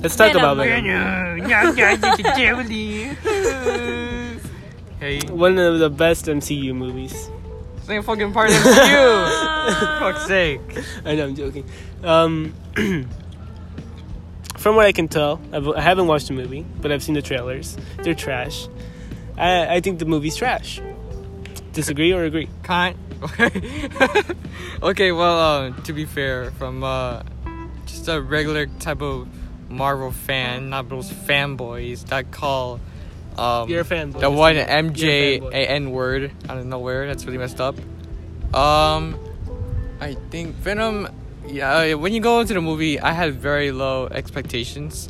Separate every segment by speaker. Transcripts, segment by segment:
Speaker 1: Let's talk about Venom.
Speaker 2: Hey,
Speaker 1: One of the best MCU movies.
Speaker 2: this ain't fucking part of you. Fuck's sake.
Speaker 1: I know, I'm joking. Um, from what I can tell, I've, I haven't watched the movie, but I've seen the trailers. They're trash. I, I think the movie's trash. Disagree or agree?
Speaker 2: Kind. okay, well, uh, to be fair, from uh, just a regular type of Marvel fan, not those fanboys that call um,
Speaker 1: You're a fanboy,
Speaker 2: the
Speaker 1: just
Speaker 2: one
Speaker 1: a-
Speaker 2: MJ
Speaker 1: you're a fanboy.
Speaker 2: a N word out of nowhere. That's really messed up. Um, I think Venom. Yeah, uh, when you go into the movie, I had very low expectations.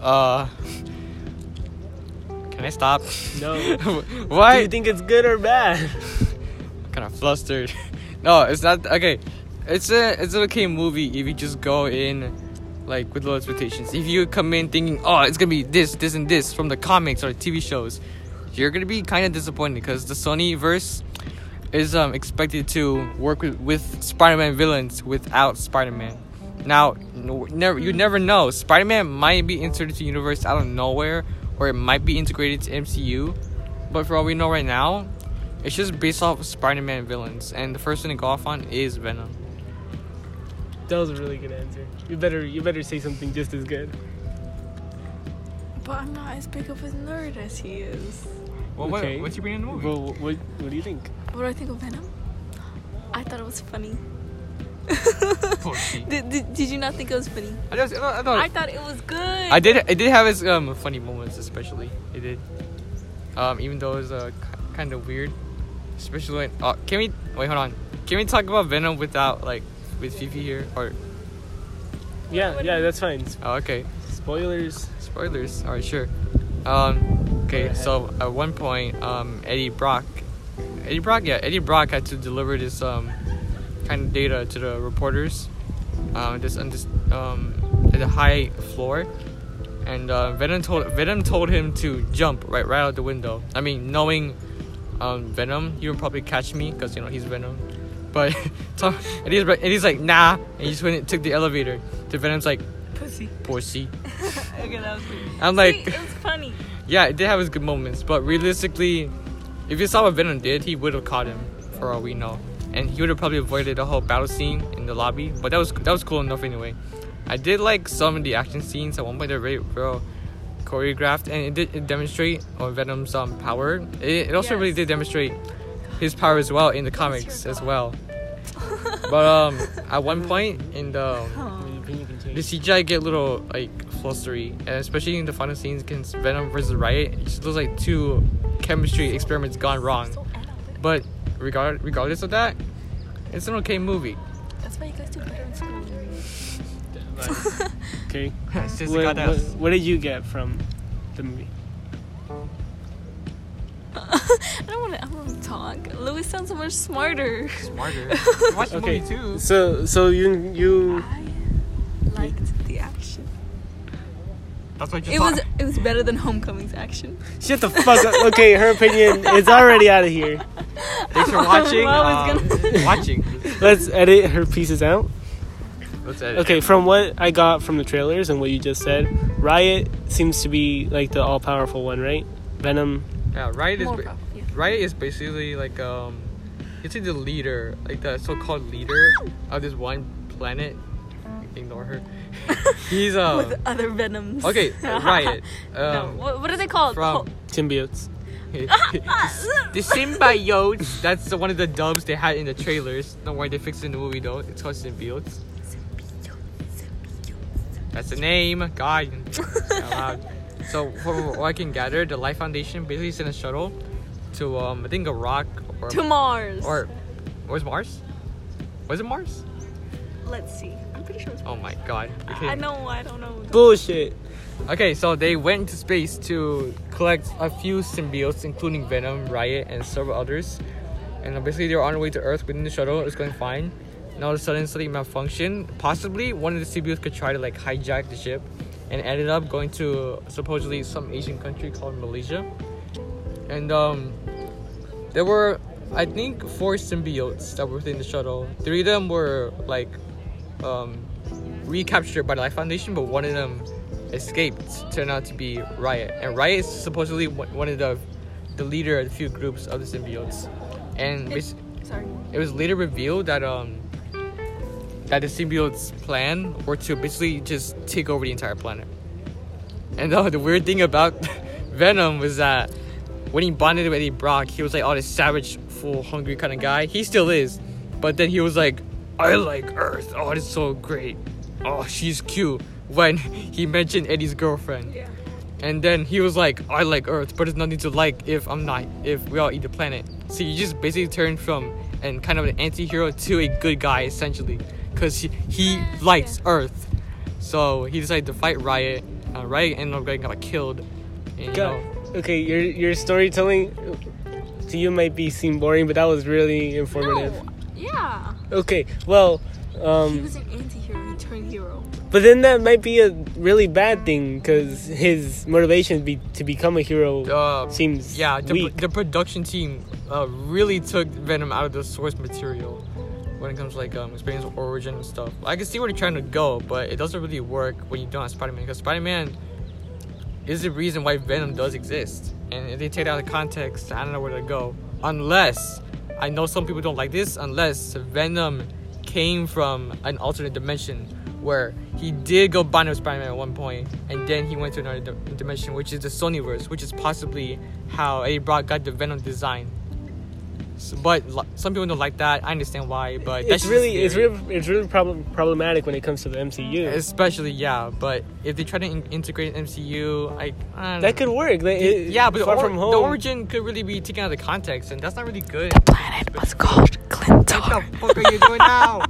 Speaker 2: Uh, can I stop?
Speaker 1: No. Do
Speaker 2: Why?
Speaker 1: you think it's good or bad?
Speaker 2: kind of flustered. no, it's not okay. It's a it's an okay movie if you just go in like with low expectations. If you come in thinking, oh, it's gonna be this, this, and this from the comics or TV shows, you're gonna be kind of disappointed because the Sony verse is um expected to work with, with Spider-Man villains without Spider-Man. Now, no, never you never know. Spider-Man might be inserted to the universe out of nowhere, or it might be integrated to MCU. But for all we know right now, it's just based off of Spider-Man villains, and the first one to go off on is Venom.
Speaker 1: That was a really good answer. You better you better say something just as good.
Speaker 3: But I'm not as big of a nerd as he is.
Speaker 1: Well, what- Okay. what's
Speaker 2: your opinion on
Speaker 1: Well, what what do you think?
Speaker 3: What do I think of Venom? I thought it was funny.
Speaker 2: shit.
Speaker 3: did, did, did you not think it was funny?
Speaker 2: I, just, I, don't- I, don't-
Speaker 3: I thought it was good.
Speaker 2: Oh. I did. It did have its um funny moments, especially it did. Um, even though it's uh, kind of weird, especially when. Uh, can we wait? Hold on. Can we talk about Venom without like with Fifi here? Or
Speaker 1: Yeah,
Speaker 3: What do
Speaker 1: yeah,
Speaker 3: you-
Speaker 1: that's fine.
Speaker 2: oh, okay.
Speaker 1: Spoilers.
Speaker 2: Spoilers. All right, sure. Um,
Speaker 1: Go
Speaker 2: okay,
Speaker 1: ahead.
Speaker 2: so at one point, um, Eddie Brock, Eddie Brock, yeah, Eddie Brock had to deliver this um kind of data to the reporters, um, this on this um at the high floor, and uh, Venom told Venom told him to jump right right out the window. I mean, knowing um Venom, he would probably catch me because you know he's Venom. But Tom, and he's, and he's like, nah, and he just went and took the elevator. The Venom's like,
Speaker 3: Pussy.
Speaker 2: pussy.
Speaker 3: okay, that was funny.
Speaker 2: I'm like,
Speaker 3: See, it was funny.
Speaker 2: yeah, it did have his good moments, but realistically, if you saw what Venom did, he would have caught him for all we know, and he would have probably avoided the whole battle scene in the lobby. But that was that was cool enough anyway. I did like some of the action scenes. At one point, they're very well choreographed, and it did it demonstrate uh, Venom's um, power. It, it also really
Speaker 3: Yes.
Speaker 2: did demonstrate his power as well in the comics as well. But um, at one point in the um,
Speaker 1: Your opinion can
Speaker 2: the
Speaker 1: change.
Speaker 2: CGI get a little like flustery, and especially in the final scenes against Venom versus Riot, it just looks like two chemistry experiments gone wrong.
Speaker 3: So analytical.
Speaker 2: But regard regardless of that, it's an okay movie.
Speaker 3: That's why you guys do better in school.
Speaker 1: Okay. What, what, what did you get from the movie?
Speaker 3: I don't want to. I want to talk. Louis sounds so much smarter.
Speaker 2: Smarter. Watch the
Speaker 1: Okay.
Speaker 2: movie too.
Speaker 1: So so you you
Speaker 3: I liked the action.
Speaker 2: That's what
Speaker 3: It was it was better than Homecoming's action.
Speaker 1: shut the fuck up. Okay, her opinion is already out of here.
Speaker 2: Thanks for watching.
Speaker 3: Mom is
Speaker 2: um, watching.
Speaker 1: Let's edit her pieces out.
Speaker 2: Let's edit.
Speaker 1: Okay, from what I got from the trailers and what you just said, Riot seems to be like the all powerful one, right? Venom.
Speaker 2: Yeah, Riot is
Speaker 3: More
Speaker 2: ba-
Speaker 3: powerful, yeah.
Speaker 2: Riot is basically like um, it's like the leader, like the so-called leader of this one planet. Ignore her. He's um.
Speaker 3: with other venoms.
Speaker 2: Okay, uh, Riot.
Speaker 3: no.
Speaker 2: Um,
Speaker 3: What, what are they called? Ah!
Speaker 2: from
Speaker 1: Symbiotes.
Speaker 2: the symbiotes. That's the- one of the dubs they had in the trailers. Don't worry, they fixed it in the movie though. It's called symbiotes. That's the name. God. out loud. So from what I can gather, the Life Foundation basically sent a shuttle to um I think a rock or
Speaker 3: to Mars.
Speaker 2: or was Mars? Was it Mars?
Speaker 3: let's see. I'm pretty sure it's.
Speaker 2: Oh my God. Okay.
Speaker 3: I know. I don't know.
Speaker 1: Bullshit.
Speaker 2: Okay, so they went into space to collect a few symbiotes, including Venom, Riot, and several others. And uh, basically, they were on their way to Earth within the shuttle. It was going fine. And all of a sudden, something malfunctioned. Possibly, one of the symbiotes could try to like hijack the ship, and ended up going to supposedly some Asian country called Malaysia. And um, there were, I think, four symbiotes that were within the shuttle. Three of them were like um, recaptured by the Life Foundation, but one of them escaped. Turned out to be Riot, and Riot is supposedly one one of the the leader of the few groups of the symbiotes. And
Speaker 3: It-
Speaker 2: bas-
Speaker 3: Sorry.
Speaker 2: it was later revealed that um that the symbiotes' plan were to basically just take over the entire planet. And uh, the, the weird thing about Venom was that when he bonded with Eddie Brock, he was like all this savage, full, hungry kind of guy. He still is, but then he was like, "I like Earth. Oh, it's so great. Oh, she's cute." When he mentioned Eddie's girlfriend,
Speaker 3: Yeah.
Speaker 2: and then he was like, I like Earth, but there's nothing to like if I'm not, if we all eat the planet. So you just basically turned from and kind of an anti hero to a good guy, essentially. Because he, he likes Earth. So he decided to fight Riot. Uh, Riot ended up getting got killed. And, you
Speaker 1: Go-
Speaker 2: know,
Speaker 1: Okay, your your storytelling to you might be seem boring, but that was really informative.
Speaker 3: No. Yeah.
Speaker 1: Okay, well,
Speaker 3: He
Speaker 1: um,
Speaker 3: was an anti-hero. He turned hero.
Speaker 1: but then that might be a really bad thing because his motivation be, to become a hero
Speaker 2: uh,
Speaker 1: seems
Speaker 2: yeah, the,
Speaker 1: weak.
Speaker 2: the production team uh, really took Venom out of the source material when it comes to like um, experience of origin and stuff. I can see where they're trying to go, but it doesn't really work when you don't have Spider Man because Spider Man is the reason why Venom does exist. And if they take it out of context, I don't know where to go. Unless I know some people don't like this, unless Venom came from an alternate dimension where he did go bind with Spider-Man at one point, and then he went to another di- dimension, which is the Sonyverse, which is possibly how Eddie Brock got the Venom design. S- but li- some people don't like that. I understand why, but
Speaker 1: it's
Speaker 2: that's just
Speaker 1: really it's
Speaker 2: theory.
Speaker 1: really it's really problem, problematic when it comes to the MCU.
Speaker 2: especially yeah. But if they try to in- integrate MCU, I, I don't know.
Speaker 1: that could work. Like, it-
Speaker 2: yeah, but the,
Speaker 1: far
Speaker 2: or-
Speaker 1: from home.
Speaker 2: the origin could really be taken out of context, and that's not really good.
Speaker 3: Planet was called Clintor.
Speaker 2: What the fuck are you doing now?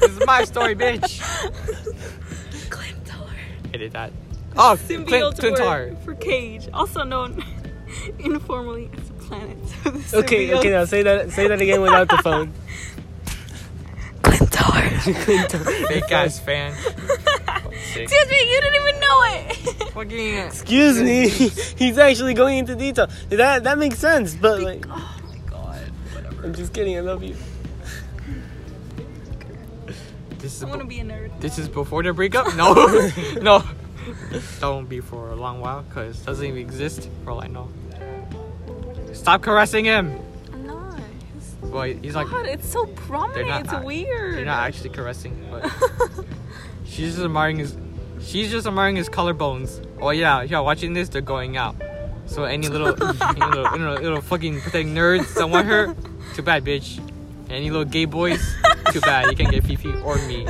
Speaker 2: this is my story, bitch.
Speaker 3: Clintor.
Speaker 2: Edit that. Oh, Clint,
Speaker 3: Symbiote
Speaker 2: Clintar.
Speaker 3: word for cage, also known informally as planet. So the
Speaker 1: okay,
Speaker 3: symbiote-
Speaker 1: okay, now say that say that again without the phone.
Speaker 3: Clintor.
Speaker 2: Fake ass fan. Sick.
Speaker 3: Excuse me, you didn't even know it.
Speaker 2: Fucking.
Speaker 1: Excuse me, he's actually going into detail. That that makes sense, but like,
Speaker 3: oh my god.
Speaker 1: I'm just kidding. I love you.
Speaker 2: This is
Speaker 3: I want to
Speaker 2: be-
Speaker 3: be a nerd.
Speaker 2: this is before the breakup. No, no. That won't be for a long while because it doesn't even exist for all I know. Stop caressing him.
Speaker 3: I'm not. It's-
Speaker 2: Well, he's like
Speaker 3: God, it's so prominent.
Speaker 2: not
Speaker 3: it's
Speaker 2: act-
Speaker 3: weird.
Speaker 2: you're not actually caressing, him, but she's just admiring his. She's just admiring his collarbones. Oh yeah, yeah. Watching this, they're going out. So any little, any little, any little, little fucking pathetic nerds that want her, too bad, bitch. Any little gay boys, too bad. You can't get Fifi or me.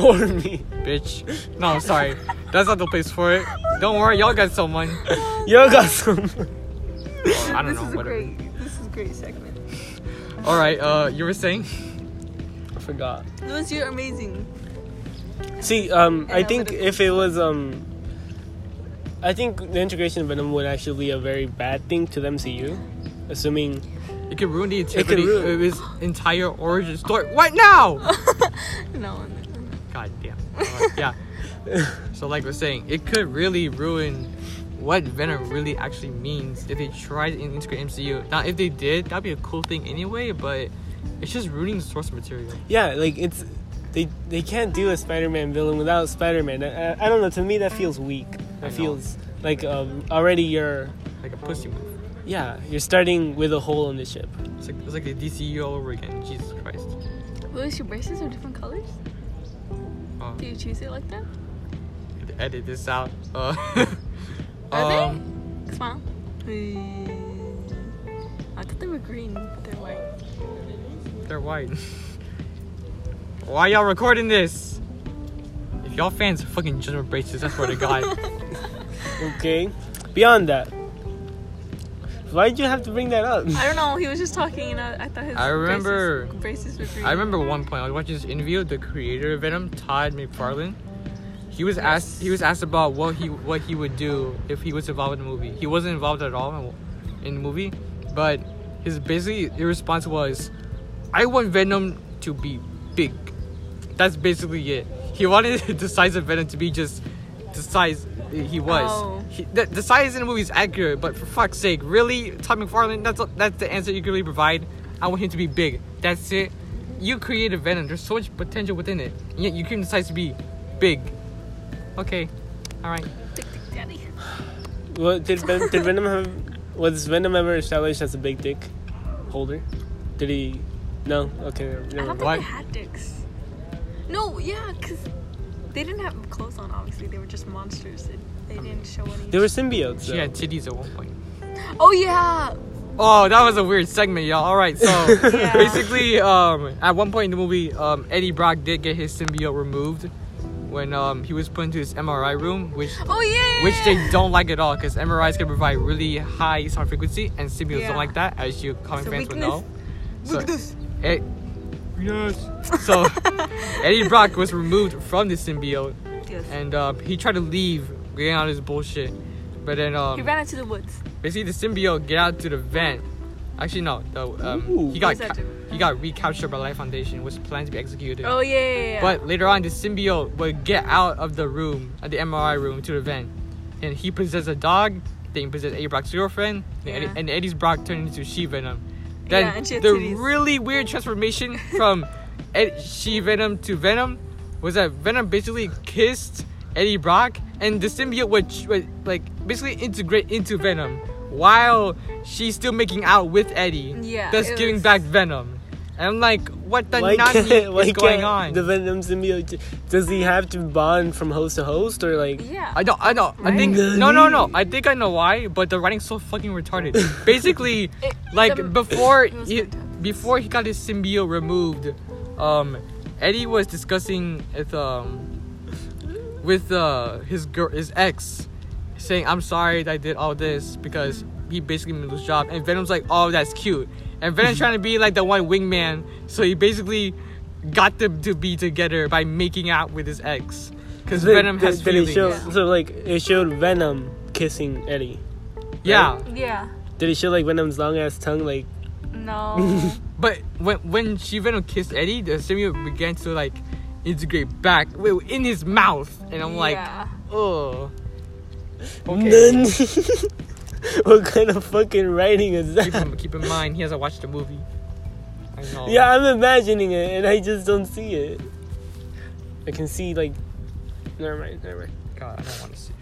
Speaker 1: or me.
Speaker 2: bitch. No, I'm sorry. That's not the place for it. Don't worry, y'all got someone.
Speaker 1: Yo, got some.
Speaker 2: I don't
Speaker 3: this
Speaker 2: know,
Speaker 3: is a
Speaker 2: whatever.
Speaker 3: great. This is a great segment.
Speaker 2: All right, uh, you were saying?
Speaker 1: I forgot.
Speaker 3: Louis, you're amazing.
Speaker 1: See, um,
Speaker 3: And
Speaker 1: I
Speaker 3: I
Speaker 1: think
Speaker 3: would've-
Speaker 1: if it was, um, I think the integration of Venom would actually be a very bad thing to the MCU, assuming
Speaker 2: It could ruin the
Speaker 1: could
Speaker 2: integrity
Speaker 1: ruin-
Speaker 2: of his entire origin story. What now?
Speaker 3: No, no.
Speaker 2: God damn. All right, yeah. So, like we're saying, it could really ruin what Venom really actually means if they tried to integrate MCU. Now, if they did, that'd be a cool thing anyway, but it's just ruining the source material.
Speaker 1: yeah, like it's they they can't do a Spider-Man villain without Spider-Man. I, I, I don't know. To me, that feels weak.
Speaker 2: I know.
Speaker 1: That feels like um, already you're
Speaker 2: Like a pussy move.
Speaker 1: yeah you're starting with a hole in the ship.
Speaker 2: It's like, it's like the DCU E all over again. Jesus Christ.
Speaker 3: Louis, your braces are different colors.
Speaker 2: Oh.
Speaker 3: Do you choose it like that?
Speaker 2: to edit this out. Uh,
Speaker 3: Are
Speaker 2: um,
Speaker 3: they? Smile. I thought they were green, but they're white.
Speaker 2: are white. Why y'all recording this? If y'all fans fucking judgment braces, I swear to God.
Speaker 1: Okay. Beyond that, why would you have to bring that up?
Speaker 3: I don't know. He was just talking, and I, I thought his
Speaker 2: I remember-
Speaker 3: braces, braces were green.
Speaker 2: I remember one point I was watching this interview. The creator of Venom, Todd McFarlane, he was asked he was asked about what he what he would do if he was involved in the movie. He wasn't involved at all in, in the movie, but his basically his response was, "I want Venom to be big." That's basically it. He wanted the size of Venom to be just the size he was.
Speaker 3: Oh.
Speaker 2: He- the, the size in the movie is accurate, but for fuck's sake, really, Todd McFarlane? That's that's the answer you can really provide. I want him to be big. That's it. you created Venom. There's so much potential within it, and yet you can decide to be big. Okay, all right.
Speaker 3: Tick, tick, daddy.
Speaker 1: Well, did, Ven- did Venom have? Was Venom ever established as a big dick holder? Did he? No. Okay. never-
Speaker 3: I
Speaker 1: Never
Speaker 3: don't
Speaker 1: mind.
Speaker 3: think
Speaker 2: Why?
Speaker 3: they had dicks. No, yeah, because they didn't have clothes on, obviously. They were just monsters. They, they didn't show any.
Speaker 1: They were symbiotes.
Speaker 2: She
Speaker 1: though.
Speaker 2: had titties at one point.
Speaker 3: oh, yeah!
Speaker 2: Oh, that was a weird segment, y'all. All right, so
Speaker 3: Yeah.
Speaker 2: basically, um, at one point in the movie, um, Eddie Brock did get his symbiote removed when um, he was put into his MRI room, which
Speaker 3: Oh, yeah!
Speaker 2: which they don't like at all because MRIs can provide really high sound frequency, and symbiotes
Speaker 3: Yeah.
Speaker 2: don't like that, as you comic
Speaker 3: It's a
Speaker 2: fans would
Speaker 3: weakness.
Speaker 2: know. So,
Speaker 3: Look at this!
Speaker 2: Eh, yes. So Eddie Brock was removed from the symbiote,
Speaker 3: Yes.
Speaker 2: and um, he tried to leave, getting out of his bullshit, but then um,
Speaker 3: He ran into the woods.
Speaker 2: Basically, the symbiote get out to the vent. Actually, no. The, um,
Speaker 1: Ooh.
Speaker 2: he
Speaker 3: What
Speaker 2: got
Speaker 3: does that
Speaker 2: ca-
Speaker 3: do?
Speaker 2: he got recaptured by Life Foundation, was planned to be executed.
Speaker 3: Oh, yeah, yeah, yeah.
Speaker 2: But later on, the symbiote would get out of the room, at the MRI room, to the vent, and he possessed a dog. Then he possessed Eddie Brock's girlfriend,
Speaker 3: Yeah.
Speaker 2: and, Eddie, and Eddie's Brock turned into She Venom. Then
Speaker 3: Yeah, and she had
Speaker 2: the
Speaker 3: titties.
Speaker 2: really weird transformation from Ed- She Venom to Venom was that Venom basically kissed Eddie Brock, and the symbiote would, ch- would like basically integrate into Venom while she's still making out with Eddie,
Speaker 3: Yeah,
Speaker 2: thus
Speaker 3: it
Speaker 2: giving
Speaker 3: was-
Speaker 2: back Venom. And I'm like, what the
Speaker 1: Why
Speaker 2: nani
Speaker 1: can't- why
Speaker 2: is going
Speaker 1: can't
Speaker 2: on?
Speaker 1: The Venom symbiote. Does he have to bond from host to host, or like?
Speaker 3: yeah.
Speaker 2: I don't. I don't. I think
Speaker 1: Right?
Speaker 2: no, no, no. I think I know why, but the writing's so fucking retarded. Basically,
Speaker 3: It-
Speaker 2: like
Speaker 3: the-
Speaker 2: before,
Speaker 3: was
Speaker 2: he,
Speaker 3: retarded.
Speaker 2: before he got his symbiote removed, um, Eddie was discussing with um, with uh his girl, his ex, saying, "I'm sorry that I did all this because he basically made his job." And Venom's like, "Oh, that's cute," and Venom's trying to be like the one wingman, so he basically got them to be together by making out with his ex. Because
Speaker 1: Did-
Speaker 2: Venom
Speaker 1: did-
Speaker 2: has
Speaker 1: did it
Speaker 2: feelings.
Speaker 1: show-
Speaker 3: Yeah.
Speaker 1: So like, it showed Venom kissing Eddie.
Speaker 2: Yeah,
Speaker 3: yeah.
Speaker 1: Did it show like Venom's long ass tongue? Like,
Speaker 3: No.
Speaker 2: but when when she Venom kissed Eddie, the symbiote began to like integrate back wi- in his mouth, and I'm like,
Speaker 3: Yeah.
Speaker 2: oh. Okay.
Speaker 1: none. what kind of fucking writing is
Speaker 2: keep,
Speaker 1: that?
Speaker 2: in, keep in mind, he hasn't watched the movie. I know.
Speaker 1: Yeah, I'm imagining it, and I just don't see it. I can see like, never mind, never mind.
Speaker 2: God, I don't want to see.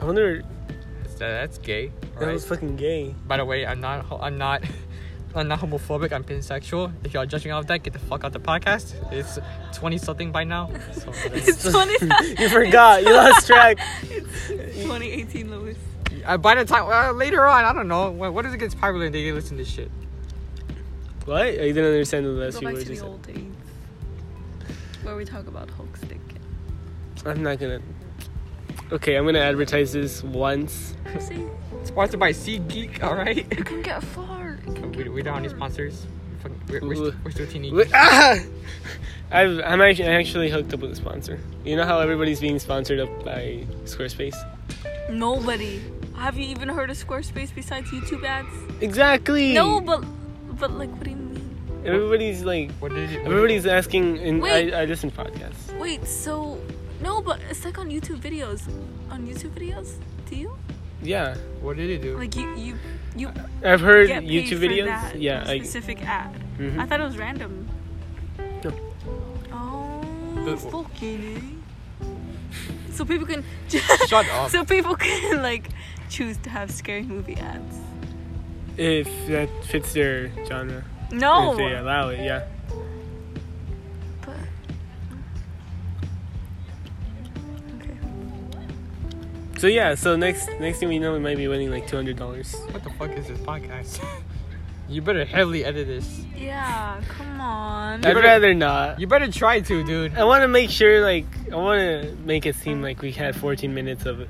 Speaker 1: I wonder
Speaker 2: That, that's gay.
Speaker 1: that
Speaker 2: Right?
Speaker 1: was fucking gay.
Speaker 2: By the way, I'm not. ho- I'm not. I'm not homophobic. I'm pansexual. If y'all judging off that, get the fuck out the podcast. It's twenty something by now. So,
Speaker 3: it's 20,
Speaker 1: You forgot. You lost track.
Speaker 3: 2018, Lewis.
Speaker 2: uh, by the time uh, later on, I don't know. When, what does it get popular? and They listen to this shit.
Speaker 1: What? I didn't understand the last
Speaker 3: Go
Speaker 1: few
Speaker 3: back
Speaker 1: words
Speaker 3: to
Speaker 1: you
Speaker 3: the
Speaker 1: said.
Speaker 3: old days. Where we talk about Hulk stick.
Speaker 1: I'm not gonna. Okay, I'm gonna advertise this once.
Speaker 3: See,
Speaker 2: Sponsored by Sea Geek. All right.
Speaker 3: it can get far. It can
Speaker 2: We,
Speaker 3: get
Speaker 2: we don't have any
Speaker 3: far.
Speaker 2: sponsors. Fucking- We're, we're,
Speaker 1: Ooh.
Speaker 2: st- we're still teenagers.
Speaker 1: Wait, ah! I've, I'm actually, I'm actually hooked up with a sponsor. You know how everybody's being sponsored up by Squarespace?
Speaker 3: Nobody. Have you even heard of Squarespace besides YouTube ads?
Speaker 1: Exactly.
Speaker 3: No, but but like, what do you mean?
Speaker 1: Everybody's like,
Speaker 2: What did it? what did-
Speaker 1: everybody's asking. And
Speaker 3: Wait.
Speaker 1: I, I listen podcasts.
Speaker 3: Wait, so no, but it's like on YouTube videos. On YouTube videos, do you
Speaker 1: Yeah,
Speaker 2: What did it do?
Speaker 3: like you you you
Speaker 1: I've heard
Speaker 3: get paid
Speaker 1: YouTube
Speaker 3: for
Speaker 1: videos.
Speaker 3: that
Speaker 1: yeah, I,
Speaker 3: specific ad?
Speaker 1: mhm.
Speaker 3: I thought it was random.
Speaker 1: No.
Speaker 3: Oh,
Speaker 2: But-
Speaker 3: fucking. eh? So people can.
Speaker 2: Shut up.
Speaker 3: So people can like choose to have scary movie ads.
Speaker 1: if that fits their genre,
Speaker 3: No.
Speaker 1: if they allow it. Yeah.
Speaker 3: But- Okay.
Speaker 1: So yeah, so next next thing we know, we might be winning like two hundred dollars.
Speaker 2: what the fuck is this podcast? you better heavily edit this.
Speaker 3: Yeah, come on.
Speaker 1: I'd
Speaker 2: better-
Speaker 1: rather not.
Speaker 2: You better try to, dude.
Speaker 1: I want to make sure, like, I want to make it seem like we had 14 minutes of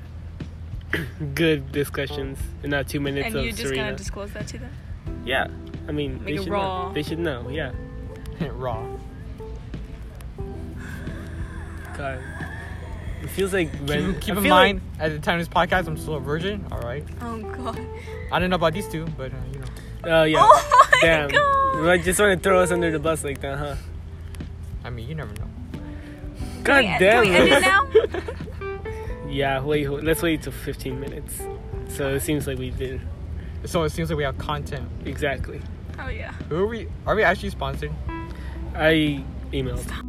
Speaker 1: good discussions and not two minutes
Speaker 3: And
Speaker 1: of
Speaker 3: you're just
Speaker 1: Serena.
Speaker 3: gonna disclose that to them?
Speaker 1: yeah, I mean,
Speaker 3: Make
Speaker 1: they
Speaker 3: it
Speaker 1: should
Speaker 3: raw.
Speaker 1: know. They should know. Yeah.
Speaker 2: Raw.
Speaker 1: God, it feels like when
Speaker 2: Keep, keep
Speaker 1: I
Speaker 2: in
Speaker 1: feel
Speaker 2: mind, at the time of this podcast, I'm still a virgin. All right.
Speaker 3: Oh god.
Speaker 2: I don't know about these two, but uh, you know.
Speaker 1: Like, oh yeah.
Speaker 3: Oh my
Speaker 1: Damn.
Speaker 3: god.
Speaker 1: I just want to throw us under the bus like that, huh?
Speaker 2: I mean, you never know.
Speaker 1: God
Speaker 3: Can we-
Speaker 1: damn.
Speaker 3: Can we end
Speaker 1: it.
Speaker 3: it now?
Speaker 1: yeah. Wait. ho- Let's wait till 15 minutes. So it seems like we did
Speaker 2: So it seems like we have content.
Speaker 1: exactly.
Speaker 3: Oh yeah.
Speaker 2: Who are we? Are we actually sponsored?
Speaker 1: I emailed.